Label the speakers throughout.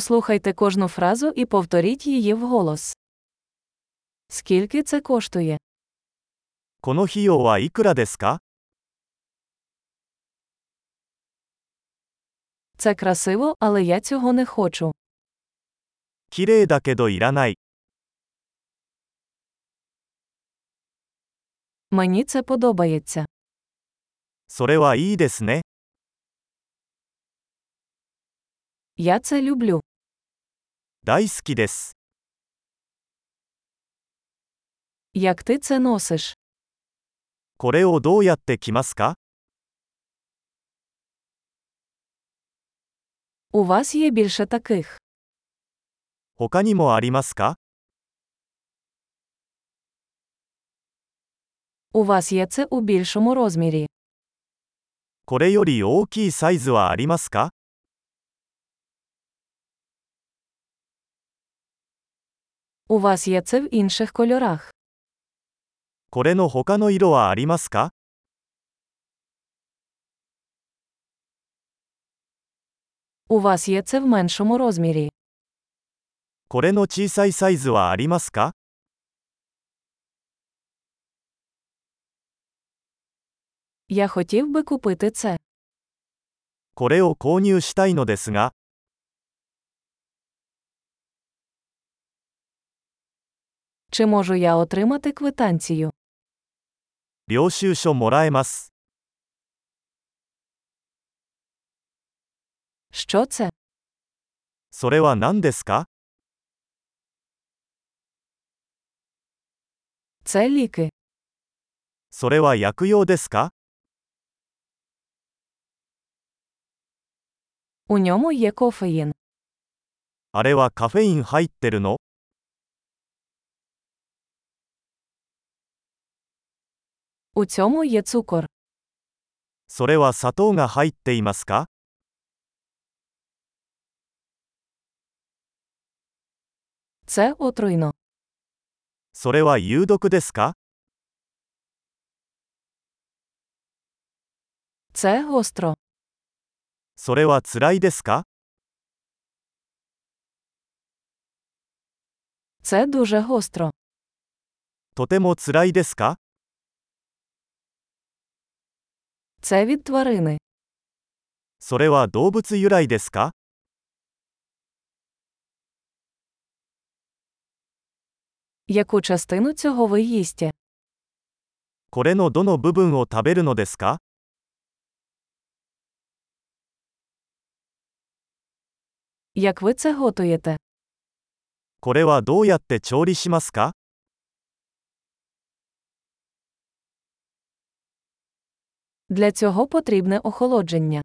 Speaker 1: Послухайте кожну фразу і повторіть її вголос. Скільки це коштує?
Speaker 2: この費用はいくらですか
Speaker 1: Це красиво, але я цього не хочу.
Speaker 2: 綺麗だけどいらない。
Speaker 1: Мені це подобається.
Speaker 2: それはいいですね。
Speaker 1: Я це люблю.
Speaker 2: 大好きです。
Speaker 1: Як ти це носиш?
Speaker 2: これをどうやって着ますか
Speaker 1: У вас є більше таких.
Speaker 2: 他にもありますか
Speaker 1: У вас є це у більшому розмірі.
Speaker 2: これより大きいサイズはありますか
Speaker 1: У вас є це в інших кольорах.
Speaker 2: これの他の色はありますか
Speaker 1: У вас є це в меншому розмірі.
Speaker 2: これの小さいサイズはありますか
Speaker 1: Я хотів би купити це.
Speaker 2: これを購入したいのですが、
Speaker 1: Чи можу я отримати квитанцію?
Speaker 2: 領収書もらえます。
Speaker 1: Що це?
Speaker 2: それは何ですか
Speaker 1: Це ліки.
Speaker 2: それは薬用ですか
Speaker 1: У ньому є кофеїн.
Speaker 2: あれはカフェイン入ってるの
Speaker 1: У цьому є цукор.
Speaker 2: それは砂糖が入っていますか
Speaker 1: Це отруйно.
Speaker 2: それは有毒ですか
Speaker 1: Це гостро.
Speaker 2: それは辛いですか
Speaker 1: Це дуже гостро.
Speaker 2: とても辛いですか
Speaker 1: Це від тварини.
Speaker 2: それは動物由来ですか
Speaker 1: Яку частину цього ви їсте?
Speaker 2: これのどの部分を食べるのですか
Speaker 1: Як ви це готуєте?
Speaker 2: これはどうやって調理しますか
Speaker 1: Для цього потрібне охолодження.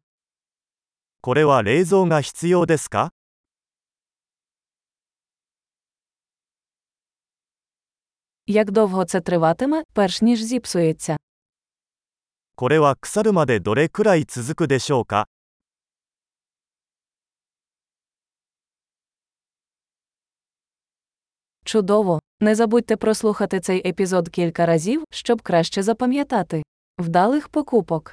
Speaker 2: これは冷蔵が必要ですか
Speaker 1: Як довго це триватиме, перш ніж зіпсується?
Speaker 2: これは腐るまでどれくらい続くでしょうか
Speaker 1: Чудово! Не забудьте прослухати цей епізод кілька разів, щоб краще запам'ятати. Вдалих покупок!